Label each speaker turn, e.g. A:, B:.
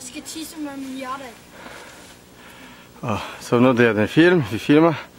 A: skal tisse med milliarder.
B: Så nu det er den film, vi filmer.